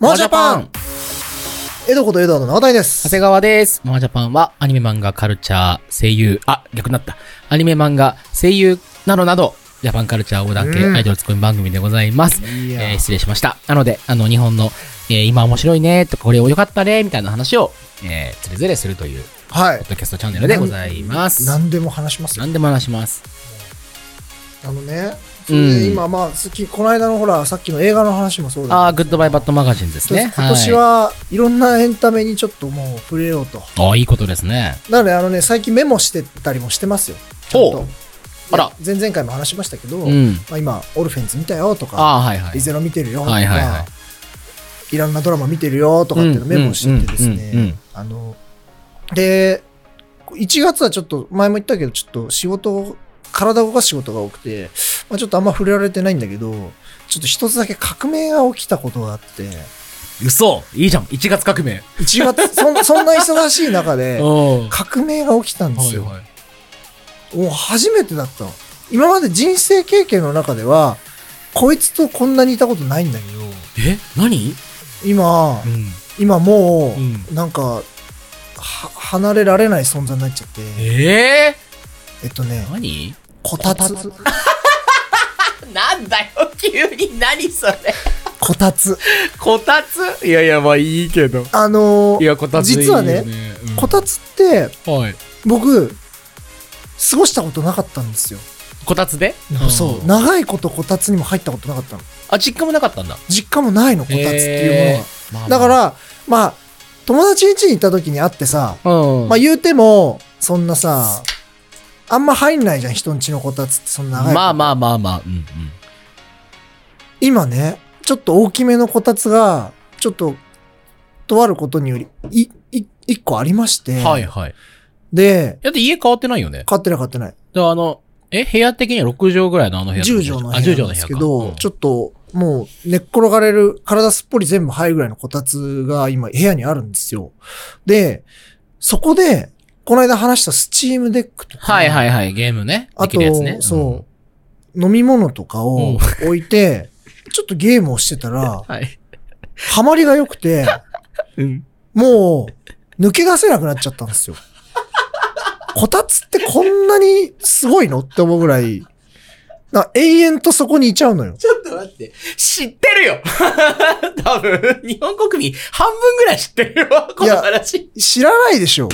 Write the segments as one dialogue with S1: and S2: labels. S1: モアジャパン
S2: 江戸こと江戸の長谷です
S1: 長。谷川です。マージャパンはアニメ漫画カルチャー、声優、あ、逆になった。アニメ漫画、声優などなど、ジャパンカルチャー横断系
S2: うん
S1: アイドルツッコミ番組でございます。
S2: いや
S1: えー失礼しました。なので、あの、日本の、えー今面白いね、とか、これ良かったね、みたいな話を、えー、つれづれするという、
S2: は
S1: ポ
S2: い
S1: ッ。ドキャストチャンネルでございます。
S2: 何でも話しますよ。
S1: 何でも話します。
S2: あのね、
S1: うん
S2: 今まあ、好き、この間のほら、さっきの映画の話もそう
S1: あ
S2: だ
S1: ー、グッドバイバッドマガジンです
S2: けど、
S1: ね。
S2: 今年
S1: い、
S2: はいろんなエンタメにちょっともう触れようと。
S1: あーいいことですね。
S2: なので、あのね、最近メモしてたりもしてますよ。ちょっ
S1: ほ
S2: と
S1: う。あら
S2: 前々回も話しましたけど、
S1: う
S2: ま
S1: ん。
S2: あ、今、オルフェンズ見たよとか、
S1: あー、はいはい
S2: リ。ゼロ見てるよとか、
S1: はい
S2: い
S1: はいはい
S2: ろんなドラマ見てるよとかっていうのメモしててです
S1: うんうんうんう
S2: ね
S1: ん。
S2: あの、で、1月はちょっと、前も言ったけど、ちょっと仕事、体を動かす仕事が多くて、まあ、ちょっとあんま触れられてないんだけど、ちょっと一つだけ革命が起きたことがあって、
S1: 嘘いいじゃん。1月革命。
S2: 1月、 そんそんな忙しい中で、
S1: おー
S2: 革命が起きたんですよ。
S1: い。
S2: もう初めてだったの今まで人生経験の中では、こいつとこんなにいたことないんだけど、
S1: え何
S2: 今、
S1: ん。
S2: 今もう、
S1: う
S2: なんかは離れられない存在になっちゃって
S1: ええ
S2: えっとね
S1: 何
S2: こたつ
S1: こたつなんだよ、急に何それ。
S2: こたつ
S1: こたついやいや、まあいいけど。
S2: あのー
S1: いや、こたついいよ、
S2: 実はね
S1: うん
S2: こたつって
S1: はい。
S2: 僕過ごしたことなかったんですよ、
S1: こたつで
S2: そう。長いことこたつにも入ったことなかったの
S1: あ、実家もなかったんだ。こ
S2: 実家もないのこたつっていうものは、
S1: の
S2: だか、らまあ友達ん家に行った時に会ってさ、
S1: うん。
S2: まあ言うてもそんなさあんま入んないじゃん人ん家のこたつってそんな長いこと
S1: まあまあまあまあ、うんうん。
S2: 今ね、ちょっと大きめのこたつが、ちょっと、とあることにより、い、い、一個ありまして。
S1: はいはい。
S2: で、
S1: だって家変わってないよね。
S2: 買ってな買ってない。
S1: だからあの、え、部屋的には6畳ぐらいのあの部屋
S2: 10畳の部屋
S1: あ、10畳
S2: なん
S1: の
S2: で
S1: 部屋
S2: す
S1: か
S2: けど、
S1: うん
S2: ちょっと、もう、寝っ転がれる、体すっぽり全部入るぐらいのこたつが今、部屋にあるんですよ。で、そこで、この間話したスチームデックとか。。
S1: はいはいいはい、ゲームね。
S2: あ
S1: でき
S2: と、
S1: るやつね。
S2: そう、飲み物とかを置いて、ちょっとゲームをしてたら
S1: うん。、はい。
S2: ハマりが良くて、
S1: うん。
S2: もう、抜け出せなくなっちゃったんですよ。 こたつってこんなにすごいのって思うぐらい、な永遠とそこにいちゃうのよ。
S1: ちょっと待って。知ってるよ 多分、日本国民半分ぐらい知ってるよ、この話。
S2: 知らないでしょ。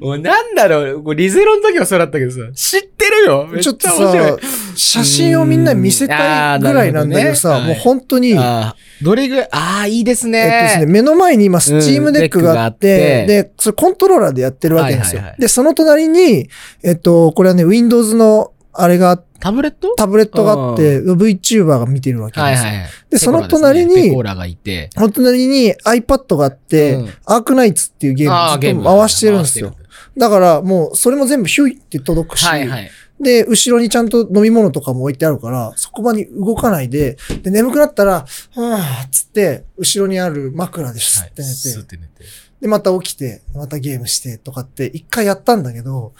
S1: もうなんだろう、こうリゼロの時はそうだったけどさ、知ってるよめっ
S2: ち
S1: ち
S2: ょっと
S1: ゃ面白
S2: さ
S1: い。、
S2: 写真をみんなに見せたいぐらいなんだけど
S1: うーん
S2: さ、
S1: あーなるほどね
S2: もう本当に、
S1: あーどれぐらい、ああ、いいですね。
S2: えっとですね、目の前に今、スチームデックがあっ
S1: う
S2: て、
S1: んデ
S2: で、それコントローラーでやってるわけですよ
S1: はいはいは。い
S2: で、その隣に、えっと、これはね、Windows の、あれが、
S1: タブレット
S2: タブレットがあって、VTuber が見てるわけ
S1: はい
S2: です
S1: は
S2: よ
S1: い。はい。
S2: で、その隣に、
S1: ペコラですねペコラがいて、
S2: 本当に iPad があって、
S1: うん
S2: アークナイツっていうゲームをずっと回してるんですよ。。だからもうそれも全部ヒュイって届くし、
S1: はいはい。
S2: で、後ろにちゃんと飲み物とかも置いてあるから、そこまで動かないで、で、眠くなったら、はぁ、つって、後ろにある枕でスッて寝て、
S1: て寝て。
S2: で、また起きて、またゲームしてとかって、一回やったんだけど、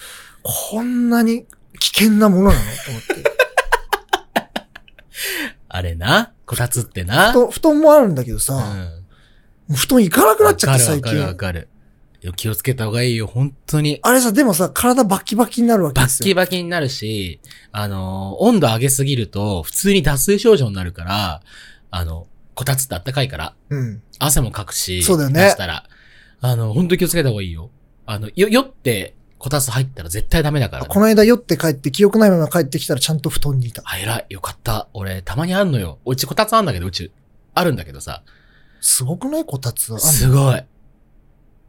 S2: こんなに危険なものなのと思って。
S1: あれな、こたつってな。
S2: と布団もあるんだけどさ、も
S1: うん
S2: う布団行かなくなっちゃって最
S1: わかるわ
S2: 近。
S1: かるわかるいや。気をつけた方がいいよ、本当に。
S2: あれさ、でもさ、体バキバキになるわけ
S1: バ
S2: です
S1: ッ
S2: よ。
S1: キバキになるし、あのー温度上げすぎると、普通に脱水症状になるから、あの、こたつってあったかいから、
S2: うん。
S1: 汗もかくし、
S2: そうだよね
S1: 出したら、あの、本当に気をつけた方がいいよ。あの、よ、酔って、こたつ入ったら絶対ダメだから、ね。
S2: この間酔って帰って、記憶ないまま帰ってきたらちゃんと布団にいた。
S1: あ、偉い。よかった。俺、たまにあんのよ。うちこたつあんだけど、うち、あるんだけどさ。
S2: すごくないこたつは。
S1: すごい。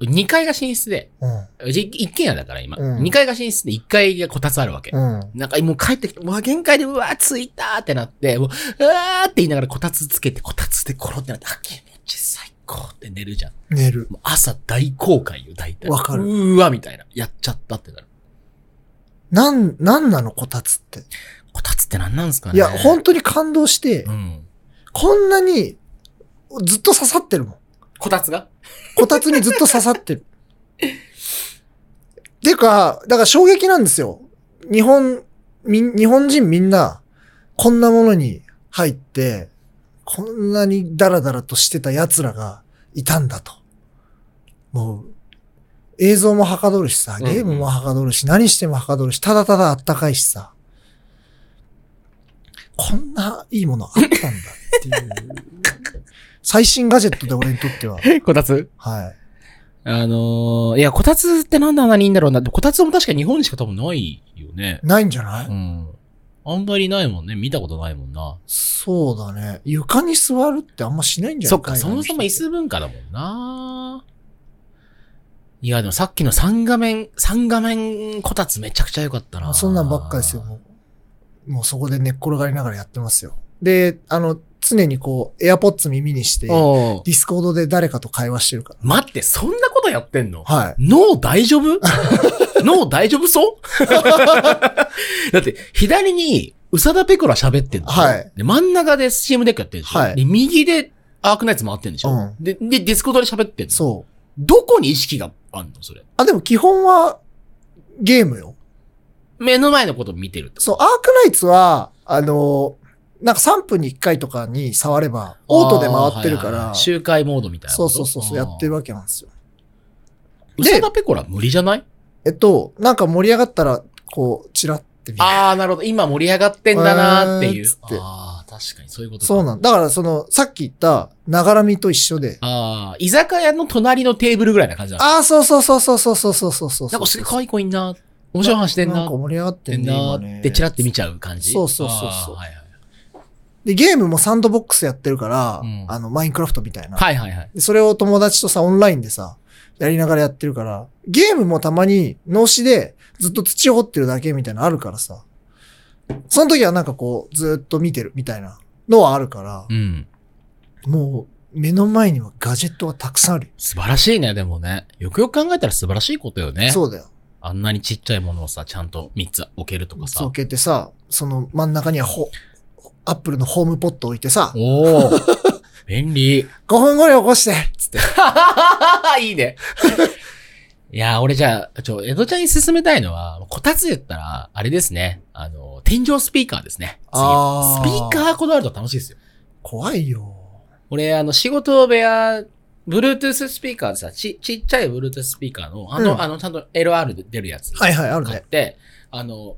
S1: 2階が寝室で、
S2: うん。
S1: うち一軒家だから今。
S2: うん
S1: 2階が寝室で1階がこたつあるわけ。
S2: うん。
S1: なんかもう帰ってきて、うわ、限界で、うわ、着いたーってなって、もう、うわーって言いながらこたつつけて、こたつでコロってなって、あ、気持ちいい最高って寝るじゃん。
S2: 寝る。
S1: もう朝大後悔よ、大体。
S2: わかる
S1: うーわ、みたいな。やっちゃったってなる。
S2: なん、なんなのこたつって。
S1: こたつって何なんですかね
S2: いや、
S1: ん、
S2: 本当に感動して
S1: う、ん。
S2: こんなに、ずっと刺さってるもん。
S1: こたつが
S2: こたつにずっと刺さってる。てか、だから衝撃なんですよ。日本、みん、日本人みんな、こんなものに入って、こんなにダラダラとしてた奴らがいたんだと。もう、映像もはかどるしさ、
S1: うんうん
S2: ゲームもはかどるし、何してもはかどるし、ただただあったかいしさ。こんないいものあったんだって いう。最新ガジェットで俺にとっては。
S1: こたつ
S2: はい。
S1: あのー、いや、こたつってなんであんなにいいんだろうなって、こたつも確か日本にしか多分ないよね。
S2: ないんじゃない、
S1: うん。あんまりないもんね。見たことないもんな。
S2: そうだね。床に座るってあんましないんじゃな
S1: そ
S2: い
S1: っか、そもそも椅。
S2: 海外の人て
S1: 子文化だもんな。いや、でもさっきの3画面、3画面こたつめちゃくちゃ良かった
S2: ま
S1: な。
S2: あそんなんばっかりですよ。もうもうそこで寝っ転がりながらやってますよ。で、あの、常にこう、エアポッツ耳にして、デ
S1: おう
S2: ィスコードで誰かと会話してるから。
S1: 待って、そんなことやってんの
S2: はい。
S1: 脳大 丈夫脳大丈夫そうだって、左に、宇佐田ペコラ喋ってんの
S2: はい。
S1: で、真ん中で CM デックやってるでしょ
S2: はい
S1: で、右でアークナイツ回ってるんでしょ
S2: うん
S1: で、で、ディスコードで喋ってんのう。
S2: そう。
S1: どこに意識があんのそれ。
S2: あ、でも基本は、ゲームよ。
S1: 目の前のこと見てるって
S2: そう、アークナイツは、あの、なんか3分に1回とかに触れば、オートで回ってるか
S1: あーはいはいは
S2: ら、
S1: い
S2: そ
S1: 周回モードみたいなこ
S2: う
S1: と。
S2: そうそうそう、やってるわけなんですよ。
S1: 宇
S2: で
S1: 佐田ペコラ無理じゃない
S2: えっと、なんか盛り上がったら、こう、チラって見る
S1: ああ、なるほど。今盛り上がってんだなーってい
S2: えー
S1: う
S2: っつ。って
S1: ああ、確かにそういうことか
S2: そうなんだ。からその、さっき言った、ながらみと一緒で。
S1: ああ、居酒屋の隣のテーブルぐらいな感じなの
S2: ああ、そうそうそうそうそうそうそうそうそう。
S1: なんかすげえ可
S2: い
S1: 愛い子いんな。面白い話してん
S2: な
S1: な。
S2: んか盛り上がっ
S1: して
S2: て
S1: ん
S2: んね、
S1: な
S2: 今
S1: ー
S2: ね。
S1: ってチラって見ちゃう感じ。
S2: そうそうそうそう
S1: あーはいはい
S2: で、ゲームもサンドボックスやってるから、
S1: うん
S2: あの、マインクラフトみたいな。
S1: はいはいはい。
S2: でそれを友達とさ、オンラインでさ、やりながらやってるから、ゲームもたまに脳死でずっと土掘ってるだけみたいなのあるからさ。その時はなんかこう、ずーっと見てるみたいなのはあるから、
S1: うん。
S2: もう、目の前にはガジェットがたくさんあるよ。
S1: 素晴らしいね、でもね。よくよく考えたら素晴らしいことよね。
S2: そうだよ。
S1: あんなにちっちゃいものをさ、ちゃんと3つ置けるとか
S2: そう
S1: さ。
S2: 置けてさ、その真ん中にはほ、アップルのホームポット置いてさ、
S1: おお 便利。
S2: 5分後に起こしてつって。
S1: いいね。いやー、俺じゃあ、ちょ、江戸ちゃんに勧めたいのは、こたつで言ったら、あれですね。あの、天井スピーカーですね。次
S2: あー
S1: スピーカーこだわると楽しいですよ。
S2: 怖いよ。
S1: 俺、あの、仕事部屋、Bluetooth スピーカーでさ、ち、ちっちゃい Bluetooth スピーカーの、あの、
S2: うん
S1: あの、ちゃんと LR で出るやつ。
S2: はいはい、ある
S1: 買っ
S2: ね。
S1: て、あの、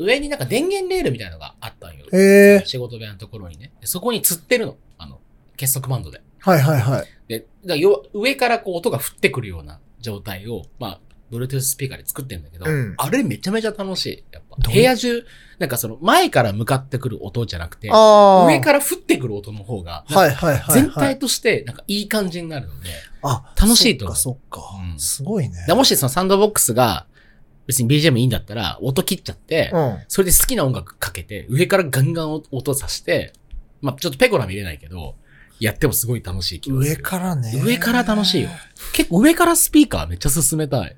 S1: 上になんか電源レールみたいなのがあったんよ。
S2: へえ
S1: 仕事部屋のところにね。でそこに釣ってるの。あの、結束バンドで。
S2: はいはいはい。
S1: で、だからよ上からこう音が降ってくるような状態を、まあ、Bluetooth スピーカーで作ってるんだけど、
S2: うん
S1: あれめちゃめちゃ楽しい。やっぱ
S2: どう
S1: 部屋中、なんかその前から向かってくる音じゃなくて、
S2: ああ。
S1: 上から降ってくる音の方が、
S2: はいはいはい。
S1: 全体としてなんかいい感じになるので、
S2: あ
S1: 楽しいと思う
S2: そっかそっか。
S1: うん
S2: すごいね。
S1: だもしそのサンドボックスが別に BGM いいんだったら音切っちゃって、
S2: うん。
S1: それで好きな音楽かけて、上からガンガン音さして、まあちょっとペコラ見れないけど、やってもすごい楽しい気がす
S2: 上
S1: る。
S2: からね。
S1: 上から楽しいよ。結構上からスピーカーめっちゃ進めたい。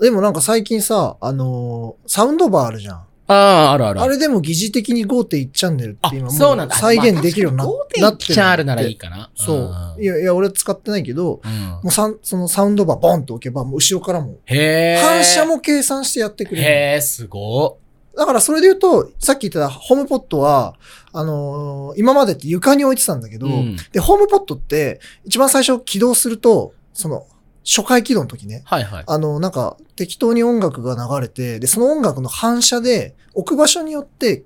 S2: でもなんか最近さ、あのーサウンドバーあるじゃん。
S1: ああ、あるある
S2: あれでも疑似的に5.1チャンネルっ
S1: あ
S2: て今、
S1: そう
S2: も
S1: なん
S2: う
S1: だ。
S2: 再現できるようにな
S1: まあ
S2: っ
S1: 確
S2: な
S1: か
S2: っ
S1: に
S2: てるんだって。
S1: 5.1あるならいいかな。
S2: そう。い
S1: ん。
S2: やいや、俺は使ってないけど、
S1: うん
S2: もうさんそのサウンドバーボンと置けば、もう後ろからも、
S1: へえ。
S2: 反射も計算してやってくれる。
S1: へえ、すご
S2: だからそれで言うと、さっき言ってたホームポットは、あのー今までって床に置いてたんだけ
S1: い。
S2: ど、で、ホームポットって、一番最初起動すると、その、初回起動の時ね、
S1: はいはい。
S2: あの、なんか、適当に音楽が流れて、で、その音楽の反射で、置く場所によって、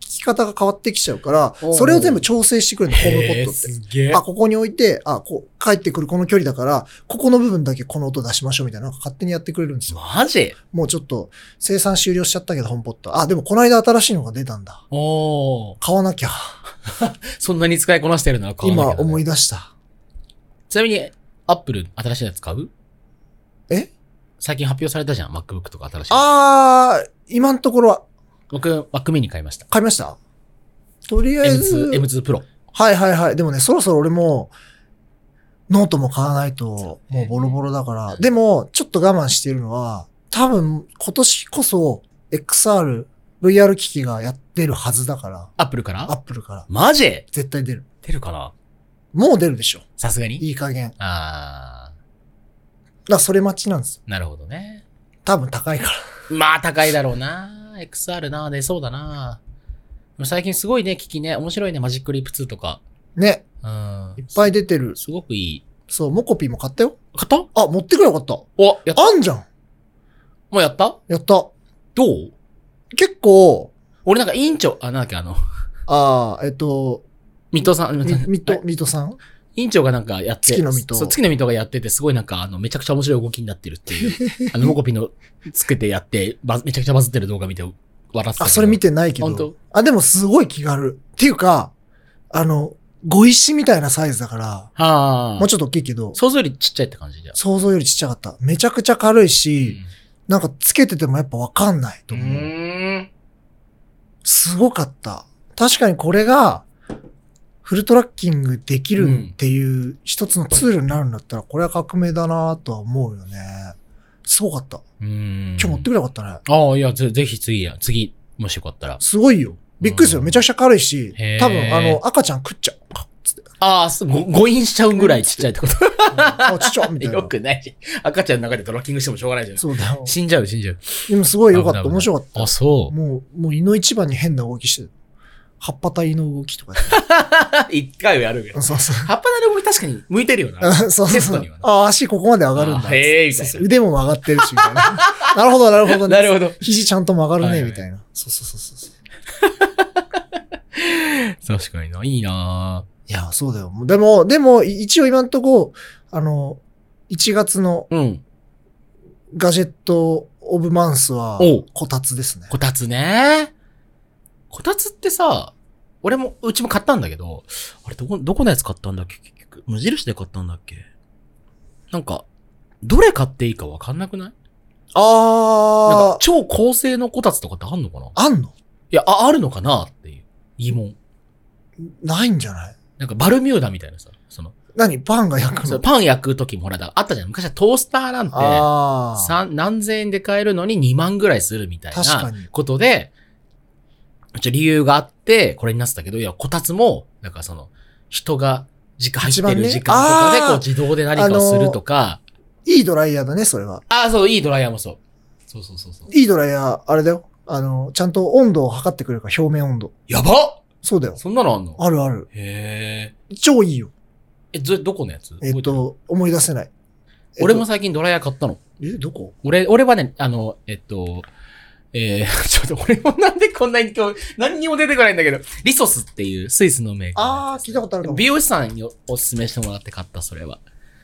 S2: 聞き方が変わってきちゃうから、
S1: おうおう
S2: それを全部調整してくれるの、ホームポッ
S1: へ
S2: ト
S1: ー
S2: って。
S1: すげえ。
S2: あ、ここに置いて、あ、こう、帰ってくるこの距離だから、ここの部分だけこの音出しましょうみたいな、なんか勝手にやってくれるんですよ。
S1: マジ
S2: もうちょっと、生産終了しちゃったけど、ホームポット。あ、でもこの間新しいのが出たんだ。
S1: おー
S2: 買わなきゃ。
S1: そんなに使いこなしてるなら買わなきゃ
S2: 今
S1: だね
S2: 思い出した。
S1: ちなみに、アップル新しいやつ買う
S2: え
S1: 最近発表されたじゃん、MacBook とか新しいの。
S2: あー、今のところは、
S1: 僕、Mac mini 買いました。
S2: 買いましたとりあえず
S1: M2、、M2 Pro。
S2: はいはいはい。でもね、そろそろ俺も、ノートも買わないと、もうボロボロだから。でも、ちょっと我慢してるのは、多分、今年こそ、XR、VR 機器がやってるはずだから、
S1: アップルか
S2: アッ
S1: ら
S2: プルから。
S1: マジ
S2: 絶対出る。
S1: 出るかな
S2: もう出るでしょ。
S1: さすがに
S2: いい加減。だか
S1: あ
S2: らそれ待ちなんですよ。
S1: ー、なるほどね。
S2: 多分高いから。
S1: まあ高いだろうな。XR な、出そうだな。でも最近すごいね、聞きね、面白いね、マジックリープ2とか。
S2: ね、
S1: うん。
S2: いっぱい出てる。
S1: すごくいい。
S2: そう、モコピーも買ったよ。
S1: 買った
S2: あ、持ってくれよかった。
S1: お、やった
S2: あんじゃん
S1: もうやった
S2: やった。
S1: どう
S2: 結構、
S1: 俺なんか委員長、あ、なんだっけ、あの、
S2: ああ、えっと、
S1: 水戸さん、
S2: みミッ
S1: は
S2: ド
S1: い、
S2: ミッドさん
S1: 委員長がなんかやって、
S2: 月の水戸
S1: そう、月の水戸がやってて、すごいなんか、あの、めちゃくちゃ面白い動きになってるっ ていう、あの、モコピのつけてやって、バズめちゃくちゃバズってる動画見て、笑ってたけど。
S2: あ、それ見てないけ
S1: 本当
S2: ど。あ、でもすごい気軽。っていうか、あの、碁石みたいなサイズだから、
S1: ああ。
S2: もうちょっと大きいけど、
S1: 想像よりちっちゃいって感じじゃん。
S2: 想像よりちっちゃかった。めちゃくちゃ軽いし、なんかつけててもやっぱわかんないと
S1: う
S2: 思う。
S1: ん。
S2: すごかった。確かにこれが、フルトラッキングできるっていう一つのツールになるんだったら、これは革命だなとは思うよね。すごかった。
S1: うん。
S2: 今日持ってくれよかったね。
S1: ああ、いや、ぜぜひ次や、次、もしよかったら。
S2: すごいよ。びっくりするよ。
S1: うん
S2: めちゃくちゃ軽いし
S1: へー、
S2: 多分、あの、赤ちゃん食っちゃう。
S1: ああ、すご、誤飲しちゃうぐらいちっちゃいってこと
S2: あ、ちっちゃみたいな。
S1: よくないじゃん。赤ちゃんの中でトラッキングしてもしょうがないじゃん。
S2: そうだよ。
S1: 死んじゃう、死んじゃう。
S2: でもすごい良かっ
S1: 危
S2: た。
S1: ない
S2: 面白かった
S1: あ、。そう。
S2: もう、もう胃の一番に変な動きしてる。葉っぱ体の動きとかやって
S1: 一回はやるけど
S2: る。。そうそう。
S1: 葉っぱの動き確かに向いてるよな。
S2: そうそう
S1: テストにはな
S2: あ、足ここまで上がるん
S1: あ
S2: だ。
S1: へえみたいな
S2: そうそう腕も曲がってるし、みたい な。なるほど、なるほどね。
S1: なるほど。
S2: 肘ちゃんと曲がる
S1: はい
S2: ね、
S1: はい
S2: みたいな。そうそうそうそう。
S1: 確かにな。いいない
S2: や、そうだよ。もうでも、でも、い一応今んとこ、あの、1月の
S1: うん。
S2: ガジェットオブマンスは
S1: おう、
S2: こたつですね。
S1: こたつね。こたつってさ、俺も、うちも買ったんだけど、あれ、どこ、どこのやつ買ったんだっけ結局。無印で買ったんだっけなんか、どれ買っていいかわかんなくないなんか
S2: あ、
S1: 超高性能こたつとかってあんのかない
S2: ー、あんの
S1: や、あ、あるのかなっていう疑問。
S2: ないんじゃない
S1: なんか、バルミューダみたいなさ、その、
S2: 何パンが焼く
S1: その
S2: の
S1: パン焼く時もほら、だあったじゃん。昔はトースターなんて、
S2: ああ。
S1: さん何千円で買えるのに2万ぐらいするみたい
S2: 確か
S1: な
S2: に
S1: ことで、ちょ理由があって、これになってたけど、いや、こたつも、なんかその、人が、時間入ってる時間とかで、
S2: 一番ねあー
S1: こう自動で何かをするとか、
S2: いいドライヤーだね、それは。
S1: ああ、そう、いいドライヤーもそう。そうそうそうそう。
S2: いいドライヤー、あれだよ。あの、ちゃんと温度を測ってくれるから、表面温度。
S1: やば
S2: そうだよ。
S1: そんなのあんの
S2: あるある。
S1: へ
S2: 超いいよ。
S1: え。え、ど、どこのやつ
S2: えっ、
S1: 覚
S2: と、思い出せない。
S1: えてる俺も、最近ドライヤー買ったの。
S2: え、どこ
S1: 俺、俺はね、あの、えっと、えー、 ちょっと俺もなんでこんなに今日、何にも出てこないんだけど、リソスっていうスイスのメーカーのやつ。
S2: あー、聞いたことあるかも
S1: 美。容師さんにおおすすめしてもらって買った、それは。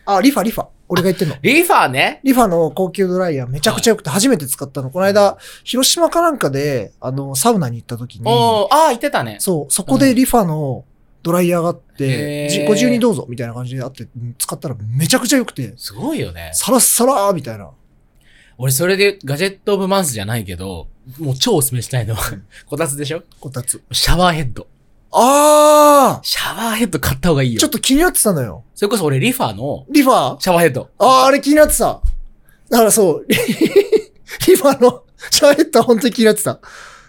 S2: あ、リファ、リファ。俺が言ってんの。
S1: リファーね。
S2: リファの高級ドライヤーめちゃくちゃ良くて初めて使ったの。この間、広島かなんかで、あの、サウナに行った時に、
S1: おー、ああ、言ってたね。
S2: そう、そこでリファのドライヤーがあって
S1: へー、
S2: じご自由にどうぞみたいな感じであって、うん使ったらめちゃくちゃ良くて、
S1: すごいよね。
S2: サラッサラーみたいな。
S1: 俺、それで、ガジェットオブマンスじゃないけど、もう超おすすめしたいのは、こたつでしょ
S2: こたつ。
S1: シャワーヘッド。
S2: あ
S1: シャワーヘッド買った方がいい
S2: ー
S1: よ。
S2: ちょっと気になってたのよ。
S1: それこそ俺、リファーの
S2: リファあ
S1: シャワーヘッド。
S2: ー、あれ気になってた。だからそう、 リリファのシャワーヘッドは本当に気になってた。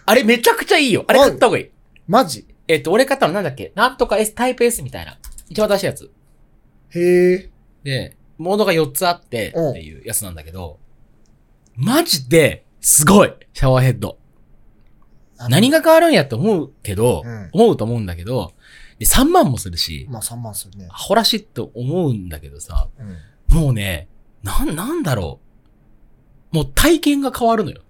S1: あれ、めちゃくちゃいいよ。あれ買った方がいい。
S2: マジ
S1: えっと、俺買ったのなんだっけなんとか S、タイプ S みたいな。一番新しいやつ。
S2: へえ。
S1: で、モードが4つあって、
S2: うん
S1: っていうやつなんだけど、マジで、すごいシャワーヘッド。何
S2: が
S1: が変わるんやと思うけど、
S2: うん
S1: 思うと思うんだけど、で3万もするし、
S2: まあ3万するね
S1: ア。ホらしいと思うんだけどさ、
S2: うん
S1: もうね、なん、なんだろう。もう体験が変わるのよ。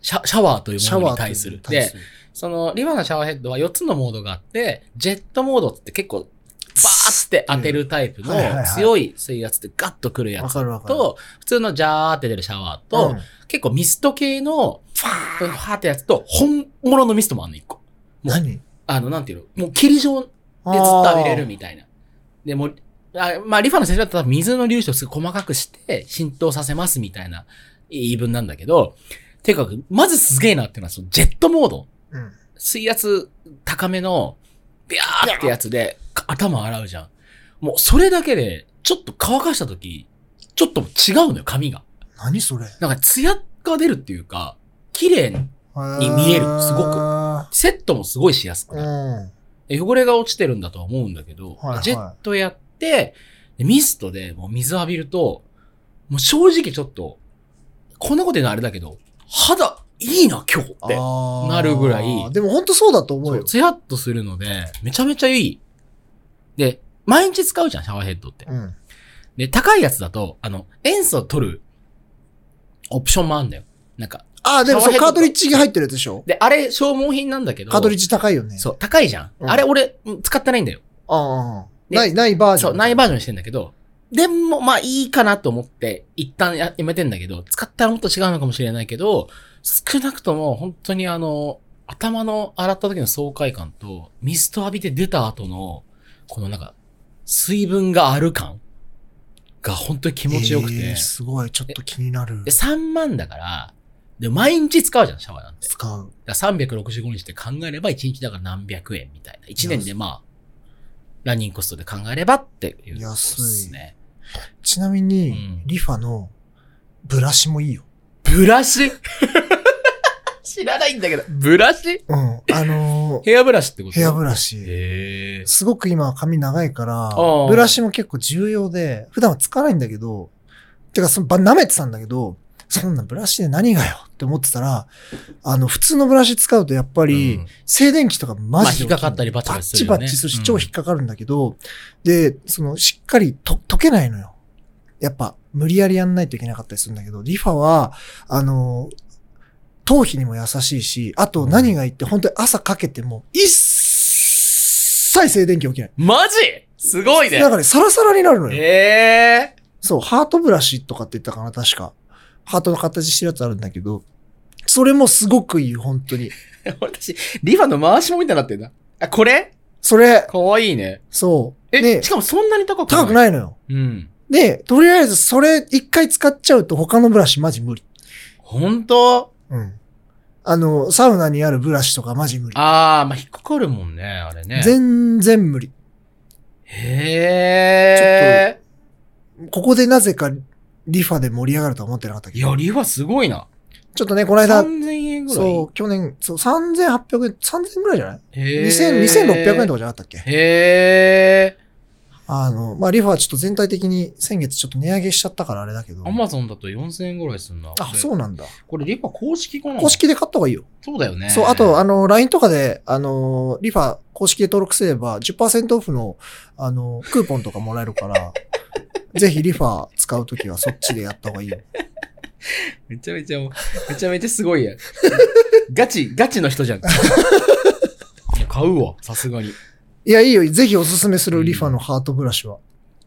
S1: シャシャワーというものに対する。
S2: という
S1: で、その、リバのシャワーヘッドは4つのモードがあって、ジェットモードって結構、バーって当てるタイプの
S2: はいはいはい
S1: 強い水圧でガッとくるや
S2: わ
S1: つ
S2: かるわかる。
S1: と、普通のジャーって出るシャワーと、
S2: うん
S1: 結構ミスト系の、ファーってやつと、本物のミストもあんの、一個。
S2: 何
S1: あの、なんていうのもう霧状でずっ
S2: あ
S1: と
S2: ー
S1: 浴びれるみたいな。でもう、あまあ、リファの先生だったら水の粒子をすごい細かくして浸透させますみたいな言い分なんだけど、てか、まずすげえなっていうのは、そのジェットモード。
S2: うん
S1: 水圧高めの、ビャーってやつで、か頭洗うじゃん。もう、それだけで、ちょっと乾かした時、ちょっと違うのよ、髪が。
S2: 何それ
S1: なんか、ツヤが出るっていうか、綺麗に、に見えるすごく
S2: く。
S1: セットもすごいしやす
S2: う
S1: くなる
S2: ん。
S1: で汚れが落ちてるんだとは思うんだけど、
S2: はいはい
S1: ジェットやって、でミストでもう水浴びると、もう正直ちょっと、こんなこと言うのあれだけど、肌いいな今日って。
S2: あー
S1: なるぐらい
S2: でも本当そうだと思
S1: そうう
S2: よ。
S1: ツヤっとするので、めちゃめちゃいい。で、毎日使うじゃん、シャワーヘッドって。
S2: うん。
S1: で、高いやつだと、あの、塩素取るオプションもあるんだよ。なんか、
S2: ああ、でもそう、
S1: シャワ
S2: カ
S1: ーヘッ
S2: ートリ
S1: ド
S2: ッジが入ってるやつでしょ
S1: で、あれ消耗品なんだけど、
S2: カートリッジ高いよね。
S1: そう、高いじゃん。
S2: うん
S1: あれ俺、うん使ってないんだよ。
S2: ああ。
S1: で
S2: ない、ないバージョ
S1: そ
S2: ン。
S1: う、ないバージョンにしてんだけど、でも、まあいいかなと思って、一旦ややめてんだけど、使ったらもっと違うのかもしれないけど、少なくとも本当にあの、頭の洗った時の爽快感と、ミスト浴びて出た後の、このなんか、水分がある感が本当に気持ちよくて。
S2: えーすごい、ちょっと気になる
S1: で、。3万だから、で、毎日使うじゃん、シャワーなんて。
S2: 使う。
S1: だから365日って考えれば、1日だから何百円みたいな。1年でまあ、ランニングコストで考えればっていうことですね。
S2: ちなみ
S1: う
S2: に
S1: ん、
S2: リファのブラシもいいよ。
S1: ブラシ 知らないんだけど。ブラシ
S2: うん。あのー
S1: ヘアブラシってこと
S2: ヘアブ
S1: ラ
S2: ラシ。
S1: へえ。
S2: すごく今髪長いから
S1: ああ、
S2: ブラシも結構重要で、普段は使わないんだけど、てかその、ば舐めてたんだけど、そんなブラシで何がよって思ってたら、あの、普通のブラシ使うとやっぱり、
S1: うん
S2: 静電気とかマジで起きる、
S1: まあ引っかかったりバチバチするよ
S2: バ
S1: ね
S2: チバチする
S1: う
S2: し、
S1: ん
S2: 超引っかかるんだけど、で、その、しっかりと溶けないのよ。やっぱ、無理やりやんないといけなかったりするんだけど、リファは、あの、頭皮にも優しいし、あと何がいいって、本当に朝かけても、一切静電気起きない。
S1: マジすごいね
S2: だ。からね、サラサラになるのよ。
S1: ええ。
S2: そう、ハートブラシとかって言ったかな、確か。ハートの形してるやつあるんだけど、それもすごくいい、本当に。
S1: 私、リファの回しもみたいになってんだ。あ、これ
S2: それ、
S1: かわいいね。
S2: そう。
S1: え、
S2: で
S1: し、かもそんなに高くない
S2: 高くないのよ。
S1: うん。
S2: で、とりあえずそれ一回使っちゃうと他のブラシマジ無理。
S1: 本当
S2: うん。あの、サウナにあるブラシとかマジ無理。
S1: ああ、まあ、引っかかるもんね、あれね。
S2: 全然無理。
S1: へえ。
S2: ここでなぜかリファで盛り上がるとは思ってなかったけ
S1: い
S2: ど。
S1: や、リファすごいな。
S2: ちょっとね、この間、
S1: 3000円ぐらい。
S2: そう、去年、そう、3800円、3000円ぐらいじゃない
S1: へー
S2: ?2000、2600円とかじゃなかったっけ
S1: へえ。
S2: あの、まあ、リファはちょっと全体的に先月ちょっと値上げしちゃったからあれだけど。
S1: アマゾンだと4000円ぐらいするな。。
S2: あ、そううなんだ。
S1: これリファ公式かな
S2: 公式で買った方がいいよ。
S1: そうだよね。
S2: そう、あと、あ
S1: の、
S2: の、LINE とかで、あの、リファ公式で登録すれば10%オフの、あの、クーポンとかもらえるから、 ぜひリファ使うときはそっちでやった方がいいよ。
S1: めちゃめちゃ、めちゃめちゃすごいや。ガチ、ガチの人じゃん。 いや買うわ、さすがに。
S2: いや、いいよ。ぜひおすすめするリファのハートブラシは。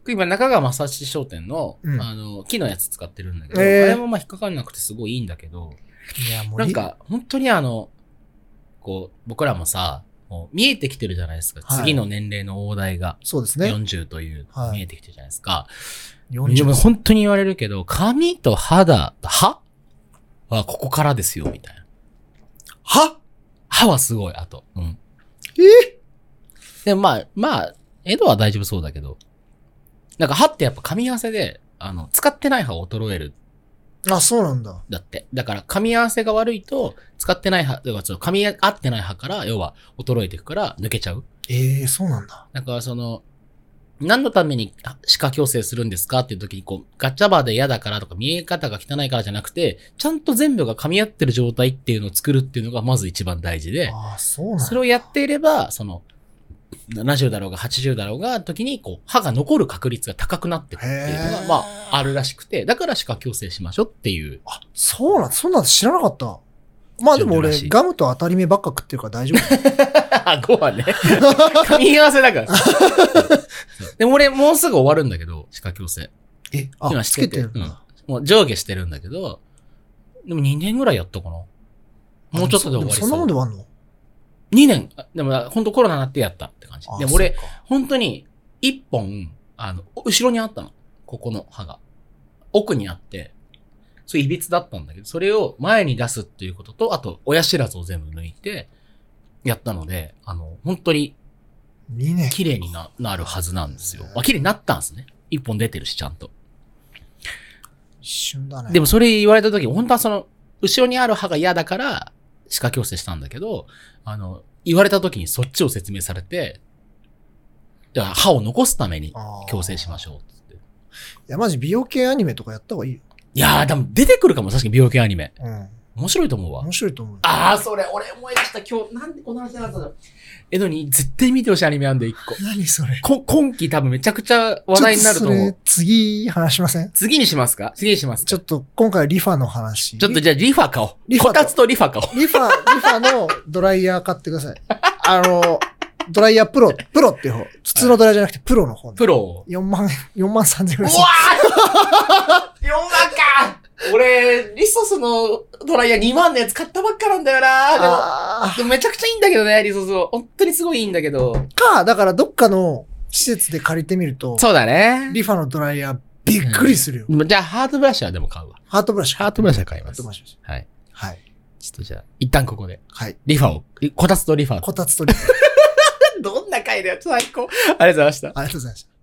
S1: 今、中川正史商店の、
S2: うん
S1: あの、木のやつ使ってるんだけど、
S2: へー
S1: あれもまあ引っかかんなくてすごいいいんだけど、
S2: いや、もう
S1: なん
S2: リ、
S1: か、本当にあの、こう、僕らもさ、もう見えてきてるじゃないですか。
S2: はい
S1: 次の年齢の大台が、
S2: そうですね。
S1: 40という、
S2: はい
S1: 見えてきてるじゃないですか。でも
S2: 40。
S1: 本当に言われるけど、髪と肌、歯はここからですよ、みたいな。
S2: は
S1: 歯はすごい、あと。うん。
S2: え
S1: で、まあ、まあ、エドは大丈夫そうだけど、なんか歯ってやっぱ噛み合わせで、あの、使ってない歯を衰える
S2: あ、そうなんだ。
S1: だって。だから、噛み合わせが悪いと、使ってない歯、要はその噛み合ってない歯から、要は、衰えていくから、抜けちゃう。
S2: ええそうなんだ。
S1: だから、その、何のためにあ歯科矯正するんですかっていう時に、こう、ガチャバで嫌だからとか、見え方が汚いからじゃなくて、ちゃんと全部が噛み合ってる状態っていうのを作るっていうのが、まず一番大事で、
S2: ああ、そうなん
S1: そ
S2: だ
S1: れ。をやっていれば、その、70だろうが80だろうが、時に、こう、歯が残る確率が高くなってくるっていうの
S2: へ
S1: が、
S2: ー
S1: まあ、あるらしくて、だから歯科矯正しましょうっていう。
S2: あ、そうなんだ。そんなん知らなかった。まあでも
S1: ちょっとら
S2: 俺
S1: し、い
S2: ガムと当たり目ばっか食ってるから大丈 夫。
S1: 5はね。 噛み合わせだから。 でも俺、もうすぐ終わるんだけど、歯科矯正。
S2: え、あ、
S1: 今
S2: つ
S1: し
S2: け
S1: てて
S2: てるんだ。
S1: もう上下してるんだけど、でも2年ぐらいやったかな。もうちょっとで終わり
S2: そんなもんで終わんの
S1: 2年。あでも、本当コロナになってやったって感じ
S2: あ。
S1: でも俺、
S2: そうか
S1: 本当に、1本、あの、後ろにあったの。ここの歯が。奥にあって、そう、いびつだったんだけど、それを前に出すっていうことと、あと、親知らずを全部抜いて、やったので、あの、本当に、
S2: いいね。
S1: 綺麗にななるはずなんですよ。まあ、綺麗になったんですね。一本出てるし、ちゃんと。
S2: 一瞬だね。
S1: でもそれ言われた時、本当はその、後ろにある歯が嫌だから、歯科矯正したんだけど、あの、言われた時にそっちを説明されて、じゃあ歯を残すために
S2: あー
S1: 矯正しましょうっつって。
S2: いや、マジ美容系アニメとかやった方がいいよ。
S1: いやー、でも出てくるかも、確かに美容系アニメ。
S2: うん。
S1: 面白いと思うわ
S2: 面。白いと思う。
S1: ああ、それ、俺思い出した。今日、なんでこの話なかったのえのに、絶対見てほしいアニメあんだよ、一個。
S2: 何それ。
S1: こ今期多分めちゃくちゃ話題になると
S2: ちょっ
S1: 思
S2: そうれ。次話しません
S1: 次にしますか次にします
S2: ち
S1: ち
S2: ょ
S1: ょ
S2: っと今回リファの話。
S1: ちょっとじゃあリファ買お
S2: リ
S1: う。
S2: ファ
S1: こたつとリファ買おう。
S2: リファ、リファのドライヤー買ってください。あの、ドライヤープロ、プロっていう方。普通のドライヤーじゃなくてプロの方、
S1: プロを。
S2: 4万円、4万3000円ぐ
S1: う
S2: ら
S1: わ
S2: いです。
S1: ー !4 万か俺、リソスのドライヤー2万のやつ買ったばっかなんだよな
S2: あ
S1: でも、でもめちゃくちゃいいんだけどね、リソスを。本当にすごいいいんだけど。
S2: ーか、だからどっかの施設で借りてみると、
S1: そうだね。
S2: リファのドライヤーびっくりするよ。
S1: じゃあ、ハートブラシはでも買うわ。
S2: ハートブラシ。
S1: ハートブラシは買い
S2: ハー
S1: ま
S2: ト
S1: す
S2: ブ。ラシ。
S1: はい。
S2: はい。
S1: ちょっとじゃあ、一旦ここで。
S2: はい。
S1: リファを。こたつとリファ。
S2: こたつとリファ。
S1: どんな回だよ、最高。ありがとうございました。
S2: ありがとうございました。